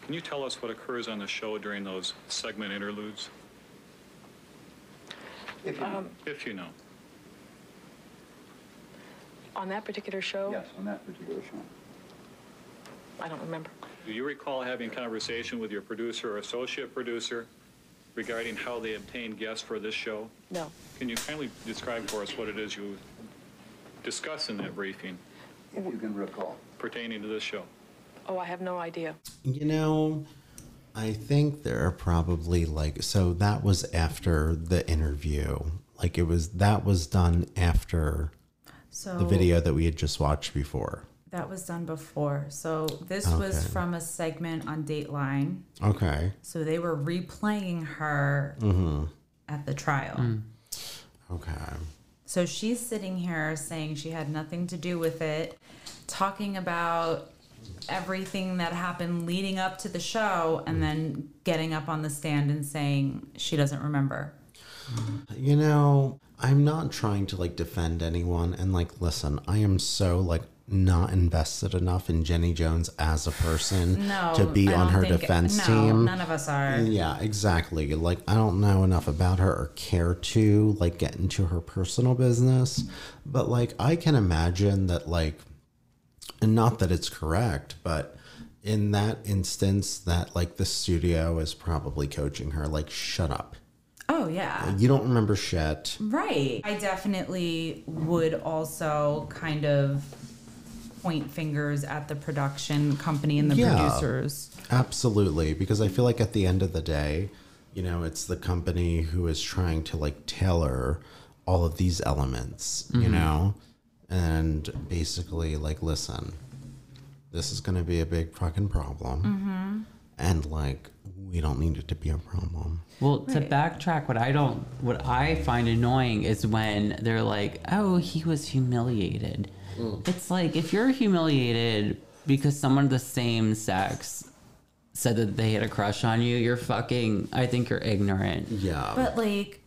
K: Can you tell us what occurs on the show during those segment interludes? If
G: Um,
K: you, if you know.
G: On that particular show?
K: on that particular show.
G: I don't remember.
K: Do you recall having conversation with your producer or associate producer regarding how they obtained guests for this show?
G: No.
K: Can you kindly describe for us what it is you discuss in that briefing? If you can recall. Pertaining to this show.
G: Oh, I have no idea.
C: You know, I think there are probably like so that was after the interview. Like it was that was done after
B: So-
C: the video that we had just watched before.
B: That was done before. So this was
C: Okay.
B: from a segment on Dateline.
C: Okay.
B: So they were replaying her
C: Mhm.
B: at the trial.
C: Okay.
B: So she's sitting here saying she had nothing to do with it, talking about everything that happened leading up to the show,
C: Hmm.
B: and then getting up on the stand and saying she doesn't remember.
C: You know, I'm not trying to like defend anyone and like listen, I am so like not invested enough in Jenny Jones as a person
B: No,
C: to be
B: I
C: on
B: don't
C: her
B: think-
C: defense
B: no,
C: team. Mm.
B: none of us are.
C: Yeah, exactly. Like I don't know enough about her or care to like get into her personal business, but like I can imagine that like and not that it's correct, but in that instance that like the studio is probably coaching her like shut up.
B: Oh, yeah.
C: You don't remember shit.
B: Right. I definitely would also kind of point fingers at the production company and the producers.
C: Absolutely, because I feel like at the end of the day, you know, it's the company who is trying to like tailor all of these elements, you
L: Mhm.
C: know, and basically like, listen, this is going to be a big fucking problem,
A: Mhm.
C: and like, we don't need it to be a problem.
A: Well, to
C: Right.
A: backtrack, what I don't, what I find annoying is when they're like, "Oh, he was humiliated."
C: Mm.
A: It's like if you're humiliated because someone of the same sex said that they had a crush on you, you're fucking. I think you're ignorant.
C: Yeah.
B: But like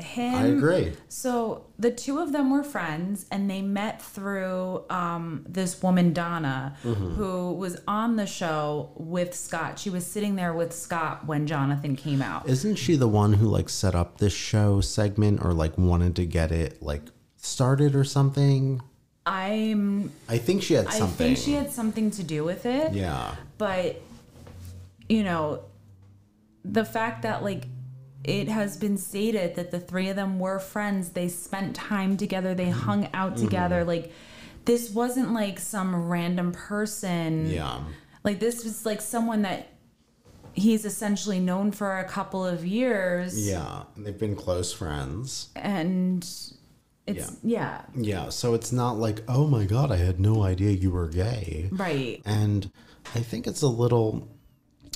B: him
A: I agree.
B: So the two of them were friends and they met through um, this woman Donna
M: Mhm.
B: who was on the show with Scott. She was sitting there with Scott when Jonathan came out.
C: Isn't she the one who like set up this show segment or like wanted to get it like started or something?
B: I'm
C: I think she had
B: I
C: something.
B: think she had something to do with it.
C: yeah.
B: but you know the fact that like it has been stated that the three of them were friends they spent time together
C: Mm-hmm.
B: they hung out
M: Mhm.
B: together like this wasn't like some random person
C: Yeah.
B: like this was like someone that he's essentially known for a couple of years
C: Yeah. And they've been close friends.
B: and it's yeah,
C: Yeah, so it's not like, oh my god, I had no idea you were gay.
B: right
C: And I think it's a little,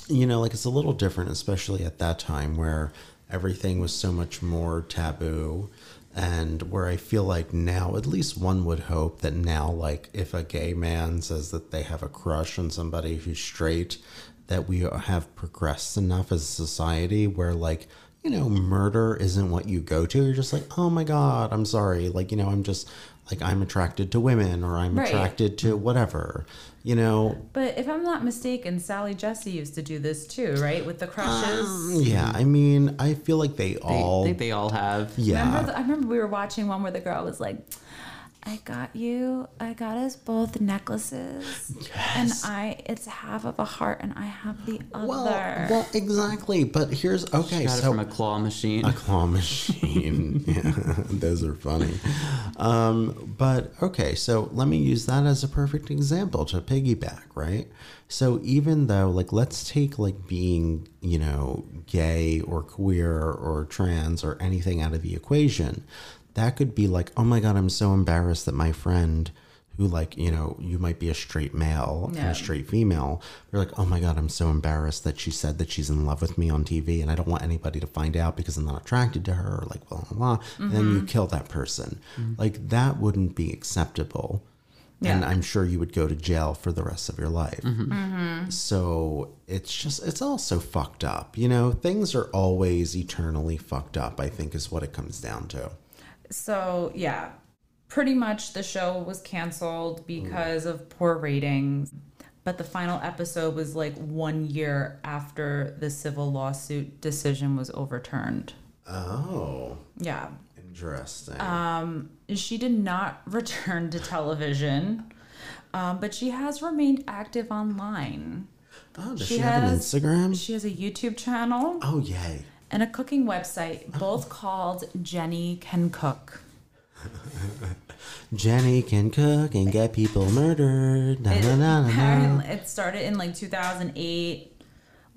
C: you know, like it's a little different, especially at that time where everything was so much more taboo. And where I feel like now, at least one would hope that now, like, if a gay man says that they have a crush on somebody who's straight, that we have progressed enough as a society where, like, you know, murder isn't what you go to. You're just like, oh my God, I'm sorry. Like, you know, I'm just, like, I'm attracted to women or I'm
B: Right.
C: attracted to whatever, you know.
B: but if i'm not mistaken sally jesse used to do this too right with the crushes
C: Yeah, I mean, I feel like they all. I think
A: they all have.
C: Yeah.
B: Remember the, I remember we were watching one where the girl was like, I got you, I got us both necklaces. And I, it's half of a heart and I have the other.
C: well, exactly. But here's okay.
A: Got it
C: so
A: from a claw machine.
C: A claw machine. yeah, those are funny. Um, but okay, so let me use that as a perfect example to piggyback, right? So even though, like, let's take like being, you know, gay or queer or trans or anything out of the equation, that could be like, oh my god, I'm so embarrassed that my friend who like you know you might be a straight male and
L: Yeah.
C: a straight female you're like oh my god i'm so embarrassed that she said that she's in love with me on tv and i don't want anybody to find out because i'm not attracted to her or like blah blah blah And then you
L: Mhm.
C: kill that person
L: Mhm.
C: like that wouldn't be acceptable and
L: Yeah.
C: i'm sure you would go to jail for the rest of your life
L: Mhm.
B: Mm-hmm.
L: Mhm.
C: so it's just it's all so fucked up you know things are always eternally fucked up i think is what it comes down to
B: So yeah, pretty much the show was canceled because of poor ratings. But the final episode was like one year after the civil lawsuit decision was overturned.
C: oh
B: Yeah.
C: interesting
B: Um, she did not return to television, um, but she has remained active online.
C: Oh, does she have an Instagram?
B: She has a YouTube channel
C: oh yay
B: and a cooking website, both called Jenny Can Cook.
C: Jenny can cook and get people murdered. Na,
B: It,
C: na, na, na, na.
B: apparently- it started in like 2008,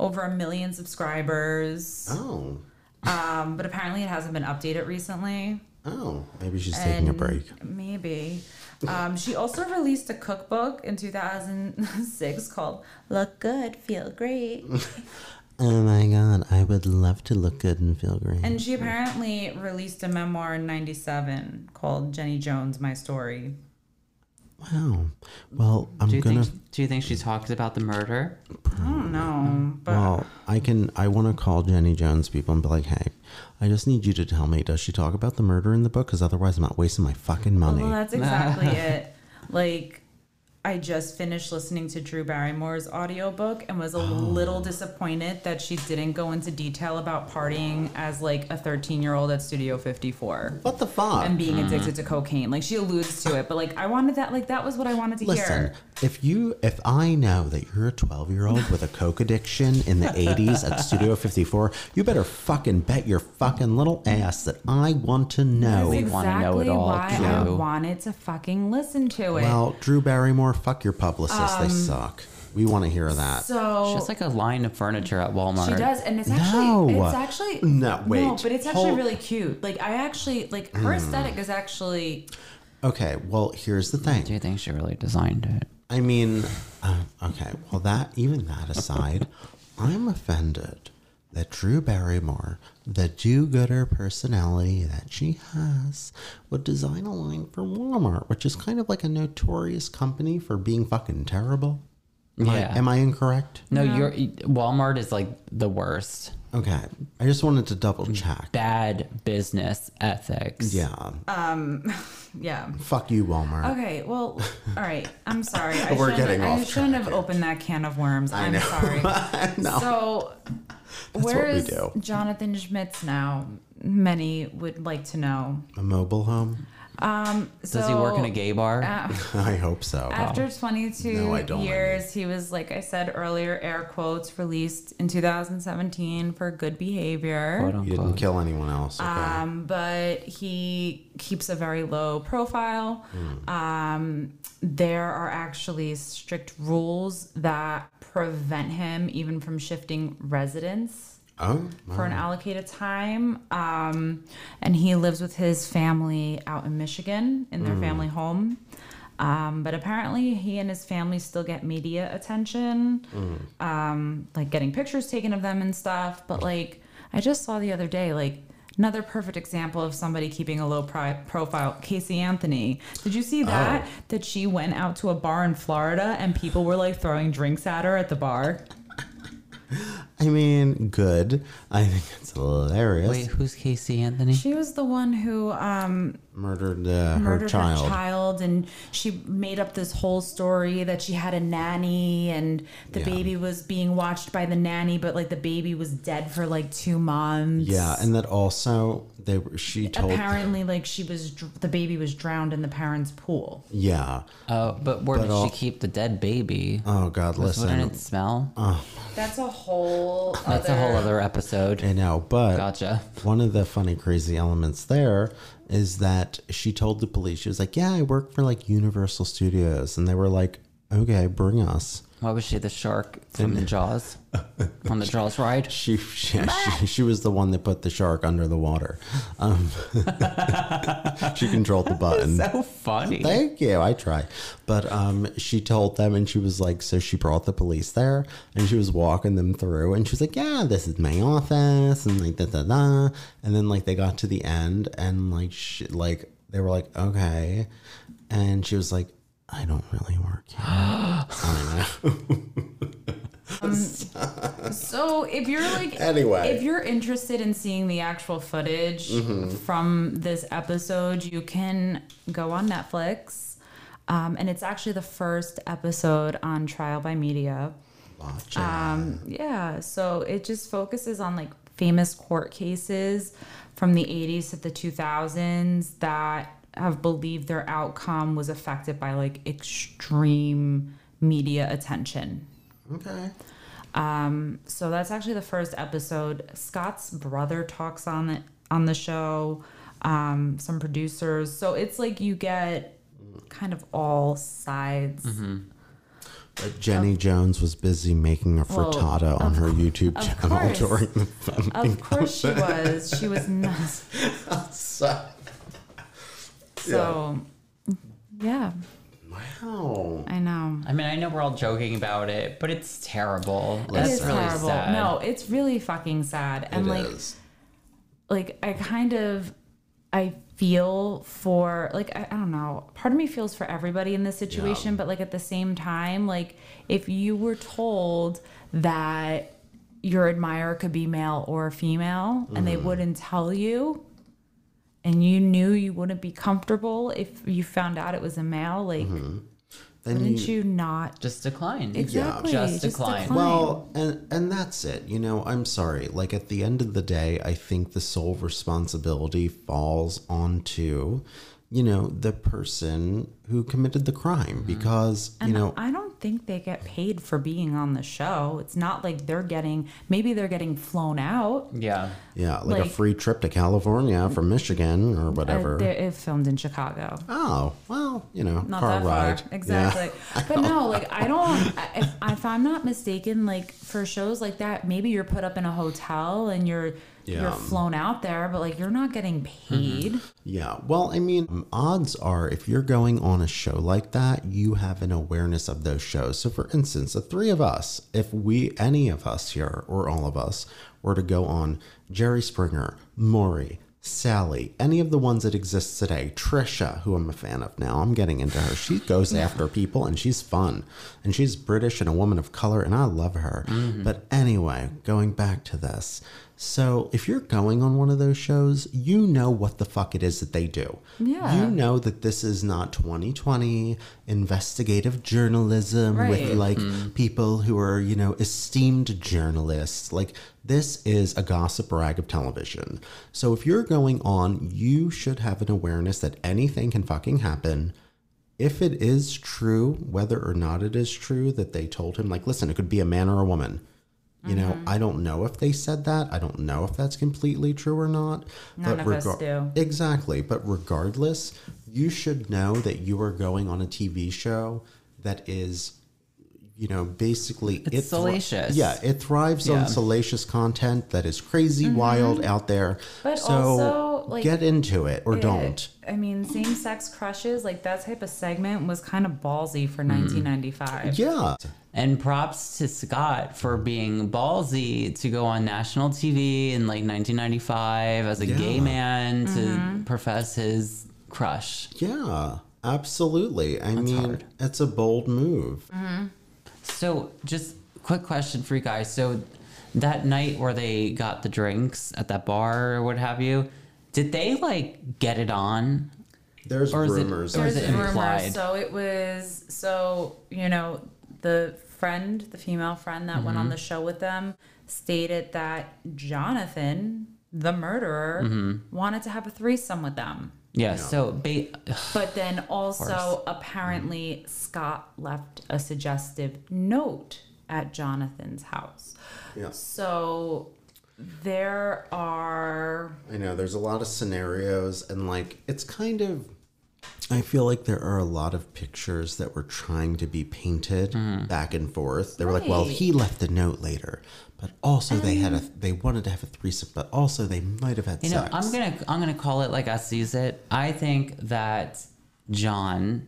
B: over a million subscribers.
C: Oh.
B: Um, but apparently it hasn't been updated recently.
C: Oh, maybe she's taking a
B: And
C: break.
B: Maybe. Um, she also released a cookbook in 2006 called Look Good, Feel Great.
C: Oh my god, I would love to look good and feel great.
B: And she apparently released a memoir in 97 called Jenny Jones My Story.
C: wow. Well, I'm
A: do you
C: gonna.
A: Think, do you think she talked about the murder?
B: I don't know, but
C: Well, I can. I want to call Jenny Jones people and be like, hey, I just need you to tell me, does she talk about the murder in the book? Because otherwise, I'm not wasting my fucking money.
B: well, uh, that's exactly it. Like, I just finished listening to Drew Barrymore's audiobook and
C: Oh.
B: was a little disappointed that she didn't go into detail about partying as like a 13 year old at Studio 54.
C: What the fuck?
B: And being
C: Mhm.
B: addicted to cocaine. Like, she alludes to it, but like, I wanted that. Like, that was what I wanted to
C: Listen,
B: hear.
C: if you if I know that you're a 12 year old with a coke addiction in the 80s at Studio 54, you better fucking bet your fucking little ass that I want to know.
B: That's exactly why I wanted to fucking listen to it.
C: Well, Drew Barrymore, fuck your publicist.
B: Um,
C: they suck. We want to hear that.
B: so-
A: Uh, she has like a line of furniture at Walmart.
B: Oh. She does, and it's actually
A: No.
B: it's actually
A: No,
B: no,
A: wait.
B: but it's actually
A: Hold- Hmm.
B: really cute. Like I actually like her
C: Mm.
B: aesthetic is actually
C: Okay, well, here's the thing. Do
A: you think she really designed it?
C: I mean, uh, okay, well, that even that aside, I'm offended that Drew Barrymore, the do-gooder personality that she has, would design a line for Walmart, which is kind of like a notorious company for being fucking terrible. Am I-
A: Yeah.
C: am I incorrect?
A: No, you're Walmart is like the worst.
C: Okay, I just wanted to double check.
A: Bad business ethics.
C: Yeah.
B: um yeah.
C: Fuck you, Walmart.
B: Okay, well, all right. I'm sorry. I
C: We're
B: shouldn't-
C: getting
B: I
C: off
B: shouldn't have opened that can of worms.
C: I
B: I'm
C: know.
B: sorry.
C: No.
B: So,
C: That's
B: where
C: what we
B: is
C: do.
B: Jonathan Schmitz now? Many would like to know.
C: A mobile home?
B: Um,
A: Does he work
B: so,
A: in a gay bar?
B: uh,
C: I hope so.
B: After 22
A: No, I don't,
B: years, he was, like I said earlier, air quotes released in 2017 for good behavior.
C: you didn't kill anyone else. Okay.
B: Um, but he keeps a very low profile. Um, there are actually strict rules that prevent him even from shifting residence
C: oh,
B: for an
C: wow.
B: allocated time. Um, and he lives with his family out in Michigan in their
C: Mm.
B: family home. Um, but apparently, he and his family still get media attention,
L: Mm.
B: um, like getting pictures taken of them and stuff. But like, I just saw the other day, like another perfect example of somebody keeping a low pri- profile. Casey Anthony. Did you see that?
L: Oh.
B: That she went out to a bar in Florida and people were like throwing drinks at her at the bar.
C: I mean, good. I think it's hilarious.
A: Wait, who's Casey Anthony?
B: She was the one who um,
C: murdered uh,
B: murdered
C: her child.
B: and she made up this whole story that she had a nanny and the
C: Yeah.
B: baby was being watched by the nanny but like the baby was dead for like 2 months.
C: Yeah, and that also they were- she told.
B: apparently like she was dr- the baby was drowned in the parents pool.
C: Yeah.
A: Oh, but where
C: But
A: did
C: all-
A: she keep the dead baby?
C: Oh God,
A: Because
C: listen.
A: Wouldn't it smell?
C: Oh,
B: That's a whole
A: That's a whole other episode.
C: I know, but one of the funny, crazy elements there is that she told the police she was like, "Yeah, I work for like Universal Studios," and they were like, "Okay, bring us."
A: What was she, the shark from the Jaws? on the Jaws ride?
C: She, yeah, she, she was the one that put the shark under the water. Um, she controlled the button.
A: so funny.
C: Thank you. I try. But um, she told them, and she was like, so she brought the police there, and she was walking them through, and she was like, yeah, this is my office, and like da da da. And then like they got to the end, and like she, like they were like, okay, and she was like, I don't really work here. I don't know.
B: So if you're like
C: Anyway.
B: if you're interested in seeing the actual footage from this episode, you can go on Netflix, um, and it's actually the first episode on Trial by Media.
C: Watch
B: Um, yeah, so it just focuses on like famous court cases from the 80s to the 2000s that have believed their outcome was affected by like extreme media attention.
C: Okay.
B: Um, so that's actually the first episode. Scott's brother talks on the on the show. Um, some producers. So it's like you get kind of all sides.
C: But Jenny Jones was busy making a
B: Well,
C: frittata on her YouTube
B: of
C: channel
B: course.
C: during the filming.
B: Of course she was. She was nuts.
C: So-
B: So yeah.
C: wow.
B: I know.
A: I mean, I know we're all joking about it, but it's terrible.
B: It
A: That's
B: is
A: really
B: terrible.
A: sad.
B: No, it's really fucking sad. And
C: It
B: like
C: is.
B: like I kind of I feel for like I, I don't know. Part of me feels for everybody in this situation, but like at the same time, like if you were told that your admirer could be male or female and they wouldn't tell you and you knew you wouldn't be comfortable if you found out it was a male, like
C: Then
B: wouldn't you not
A: Just decline.
B: Exactly.
A: Just
B: Just
A: decline.
B: decline.
C: Well, and and that's it. You know, I'm sorry. Like at the end of the day, I think the sole responsibility falls onto, you know, the person who committed the crime because you know
B: Mm-hmm. I don't think they get paid for being on the show. It's not like they're getting, maybe they're getting flown out.
A: yeah.
C: yeah, like, a
B: like-
C: free trip to California from Michigan or
B: Uh,
C: whatever.
B: they're- It filmed in Chicago.
C: oh well, you know,
B: Not
C: car
B: that
C: ride.
B: far.
C: Yeah.
B: Exactly. But no, like, I don't, I- if, if I'm not mistaken, like, for shows like that, maybe you're put up in a hotel and you're,
C: Yeah. Mm-hmm.
B: you're flown out there, but like, you're not getting paid.
C: Yeah. Well, I mean, um, odds are if you're going on a show like that, you have an awareness of those shows. So, for instance, the three of us, if we, any of us here, or all of us, were to go on Jerry Springer, Maury, Sally, any of the ones that exist today, Trisha, who I'm a fan of now, I'm getting into her. She goes after people and she's fun. And she's British and a woman of color, and I love her. But anyway, going back to this. So if you're going on one of those shows, you know what the fuck it is that they do.
B: Yeah.
C: You know that this is not 2020 investigative journalism with
B: Right.
C: like people who are, you know, esteemed journalists. Like this is a gossip rag of television. So if you're going on, you should have an awareness that anything can fucking happen if it is true, whether or not it is true that they told him, like, listen, it could be a man or a woman. You know,
B: Mm-hmm.
C: I don't know if they said that. I don't know if that's completely true or not.
B: None of us do.
C: Exactly. But regardless, you should know that you are going on a TV show that is, you know, basically
A: It's
C: it thri-
A: salacious.
C: yeah, it thrives on
A: Yeah.
C: salacious content that is crazy wild out there.
B: Mm-hmm. But
C: so
B: also, like,
C: get into it or don't.
B: I mean, same sex crushes, like, that type of segment was kind of ballsy for 1995.
C: Mm. Yeah.
A: And props to Scott for being ballsy to go on national TV in like 1995 as a gay man to profess his crush.
C: Yeah, absolutely. I mean,
A: hard.
C: it's a bold move.
A: Mm-hmm. So, just quick question for you guys. So, that night where they got the drinks at that bar or what have you, did they like get it on?
C: There's
A: Or is it-
C: rumors.
A: or
C: I
A: is it
C: think.
B: rumors.
A: implied?
B: So it was so you know the friend, the female friend that went on
A: Mm-hmm.
B: the show with them, stated that Jonathan, the murderer,
A: Mm-hmm.
B: wanted to have a threesome with them.
A: Yeah. So, ba-
B: But then also apparently Scott left a suggestive note at Jonathan's house.
C: Yeah.
B: So there are
C: I know there's a lot of scenarios, and like it's kind of I feel like there are a lot of pictures that were trying to be painted back and forth. They were like, "Well,
B: Right.
C: he left a note later," but also they had a they wanted to have a threesome, but also they might have had
A: Um, You know,
C: sex.
A: I'm gonna I'm gonna call it like I sees it. I think that John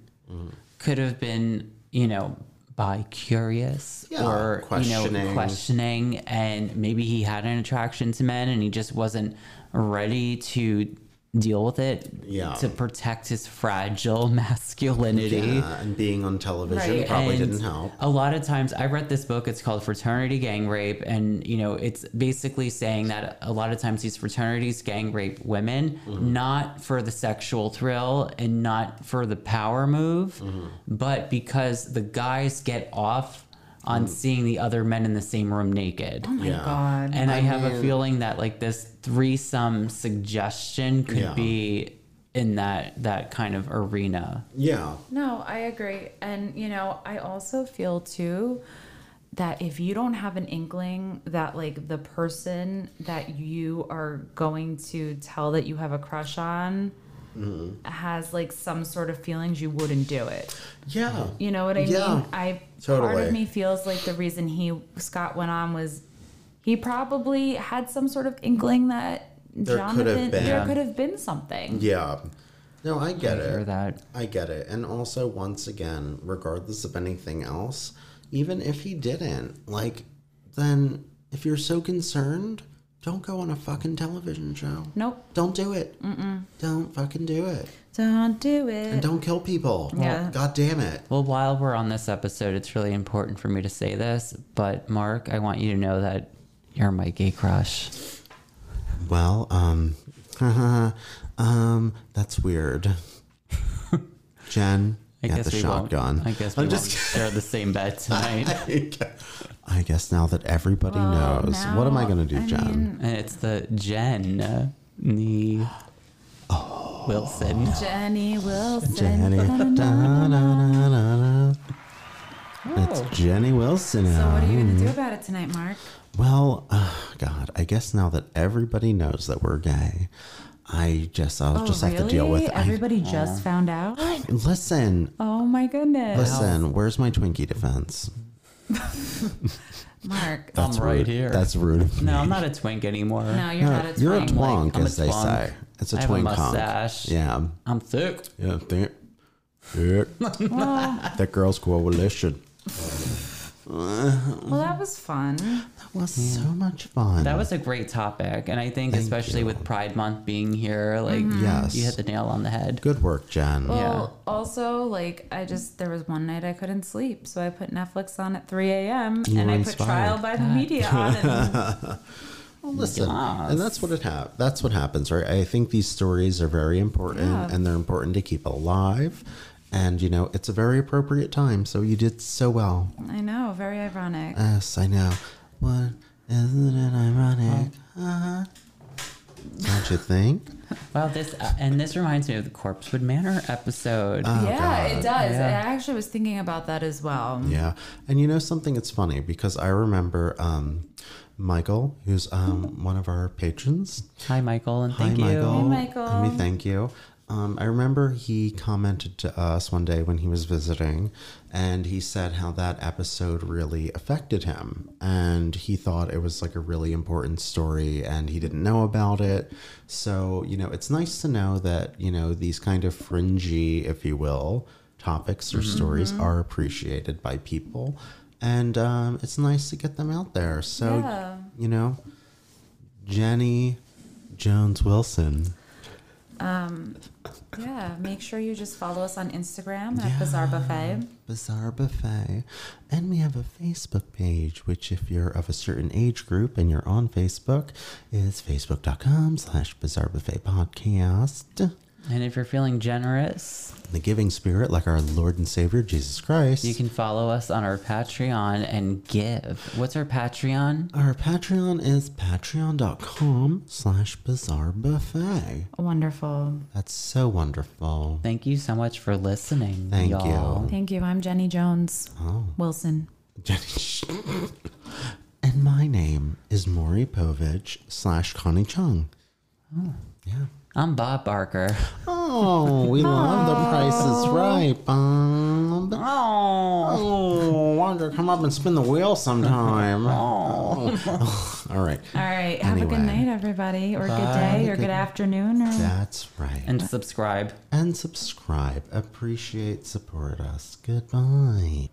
A: could have been, you know, bi curious
C: Yeah,
A: or you know
C: questioning.
A: questioning, and maybe he had an attraction to men and he just wasn't ready to deal with it.
C: Yeah.
A: to protect his fragile masculinity.
C: Yeah, and being on television
A: Right,
C: probably
A: and
C: didn't help.
A: A lot of times, I read this book. It's called Fraternity Gang Rape, and you know, it's basically saying that a lot of times these fraternities gang rape women,
C: Mm-hmm.
A: not for the sexual thrill and not for the power move,
C: Mm-hmm.
A: but because the guys get off
C: Mm.
A: on seeing the other men in the same room
C: Oh
A: naked.
B: oh my Yeah. God.
A: And I,
B: I
A: have a
B: mean-
A: feeling that like this threesome suggestion could
C: Yeah.
A: be in that that kind of arena.
C: Yeah.
B: No, I agree. And, you know, I also feel too that if you don't have an inkling that, like, the person that you are going to tell that you have a crush on
C: Mm-hmm.
B: has, like, some sort of feelings, you wouldn't do it.
C: Yeah.
B: You know what I
C: Yeah.
B: mean? I part
C: Totally.
B: of me feels like the reason he Scott went on was he probably had some sort of inkling that
C: There could have
B: Jonathan
C: been.
B: there could have been something.
C: Yeah. No, I get it.
A: that.
C: I get it. And also, once again, regardless of anything else, even if he didn't, like, then if you're so concerned, don't go on a fucking television show.
B: Nope.
C: Don't do it. Mm-mm. Don't fucking do it.
B: Don't do it.
C: And don't kill people.
A: Uh, Yeah.
C: God damn it.
A: Well, while we're on this episode, it's really important for me to say this, but Mark, I want you to know that you're my gay crush.
C: Well, um, um, that's weird. Jen,
A: I
C: get
A: guess
C: the
A: we
C: shotgun.
A: Won't, I guess we
C: I'm
A: won't
C: just
A: share the same bed tonight.
C: I guess now that everybody
A: Well,
C: knows, what am I
A: now,
C: going to do,
A: I
C: Jen?
A: and it's the Jen uh, Nee
C: Oh.
A: Wilson.
B: Jenny Wilson.
C: Jenny. Da-na-na-na. It's Jenny Wilson.
B: Oh. So what are you gonna do
C: um,
B: about it tonight, Mark?
C: Well, oh God, I guess now that everybody knows that we're gay, I just I'll
B: oh,
C: just have
B: really?
C: to deal with it. I-
B: Everybody just found out.
C: Listen,
B: Oh my goodness.
C: listen. Where's my Twinkie defense?
B: Mark.
A: I'm right
C: rude.
A: here.
C: That's rude. of me.
A: No, I'm not a twink anymore.
B: No, you're not a
C: You're a
B: twink.
C: twonk,
A: I'm a
C: as they
A: twonk.
C: say. It's a
A: I have a
C: twink
A: mustache.
C: Yeah.
A: I'm thick.
C: Yeah, thick. Thick. that girl's coalition.
B: Well, that was fun.
C: That was so much fun.
A: That was a great topic, and I think
C: Thank
A: especially
C: you.
A: with Pride Month being here, like
B: Mhm.
C: Yes.
A: you hit the nail on the head.
C: Good work, Jen.
B: Well, also, like, I just, there was one night I couldn't sleep, so I put Netflix on at 3 a.m.
C: You
B: and
C: were
B: I
C: inspired.
B: put Trial by the Media on.
C: Well,
B: And,
C: Listen, and that's what it hap- that's what happens, right? I think these stories are very important,
B: Yeah.
C: and they're important to keep alive. And you know, it's a very appropriate time. So you did so well.
B: I know, very ironic.
C: Yes, I know. What isn't it ironic? Uh-huh. Don't you think?
A: Wow, this uh, and this reminds me of the Corpsewood Manor
C: Ah.
A: episode.
B: yeah, it does.
A: Yeah.
B: I actually was thinking about that as well.
C: Yeah. And you know something? It's funny because I remember um, Michael, who's um, one of our patrons.
A: Hi, Michael, and thank
C: Hi,
A: you.
C: Michael.
B: Hey, Michael.
C: Let me thank you. Um, I remember he commented to us one day when he was visiting, and he said how that episode really affected him. And he thought it was like a really important story, and he didn't know about it. So, you know, it's nice to know that, you know, these kind of fringy, if you will, topics or
B: Mm-hmm.
C: stories are appreciated by people. And um, it's nice to get them out there. So,
B: Yeah.
C: you know, Jenny Jones Wilson.
B: Um, yeah, make sure you just follow us on Instagram at Bizarre Buffet.
C: Bizarre Buffet. And we have a Facebook page, which if you're of a certain age group and you're on Facebook, is facebook.com slash bizarre buffet podcast.
A: And if you're feeling generous,
C: The giving spirit, like our Lord and Savior Jesus Christ.
A: you can follow us on our Patreon and give. What's our Patreon?
C: our Patreon is patreon.com slash bizarre buffet.
B: Wonderful.
C: That's so wonderful.
A: Thank you so much for listening.
C: Thank you.
A: y'all.
B: Thank you. I'm Jenny Jones Wilson.
C: Oh, Jenny. and my name is Maury Povich slash Connie Chung. Yeah.
A: I'm Bob Barker.
C: Oh, Oh, we love the Price is Right, Bob. Oh, oh why don't you come up and spin the wheel sometime? Oh. all right.
B: All right. Have a good
C: Anyway.
B: night, everybody, or
C: Bye.
B: good day, or
C: Good-
B: good afternoon, or
C: That's right.
A: And subscribe.
C: And subscribe. Appreciate, support us. Goodbye.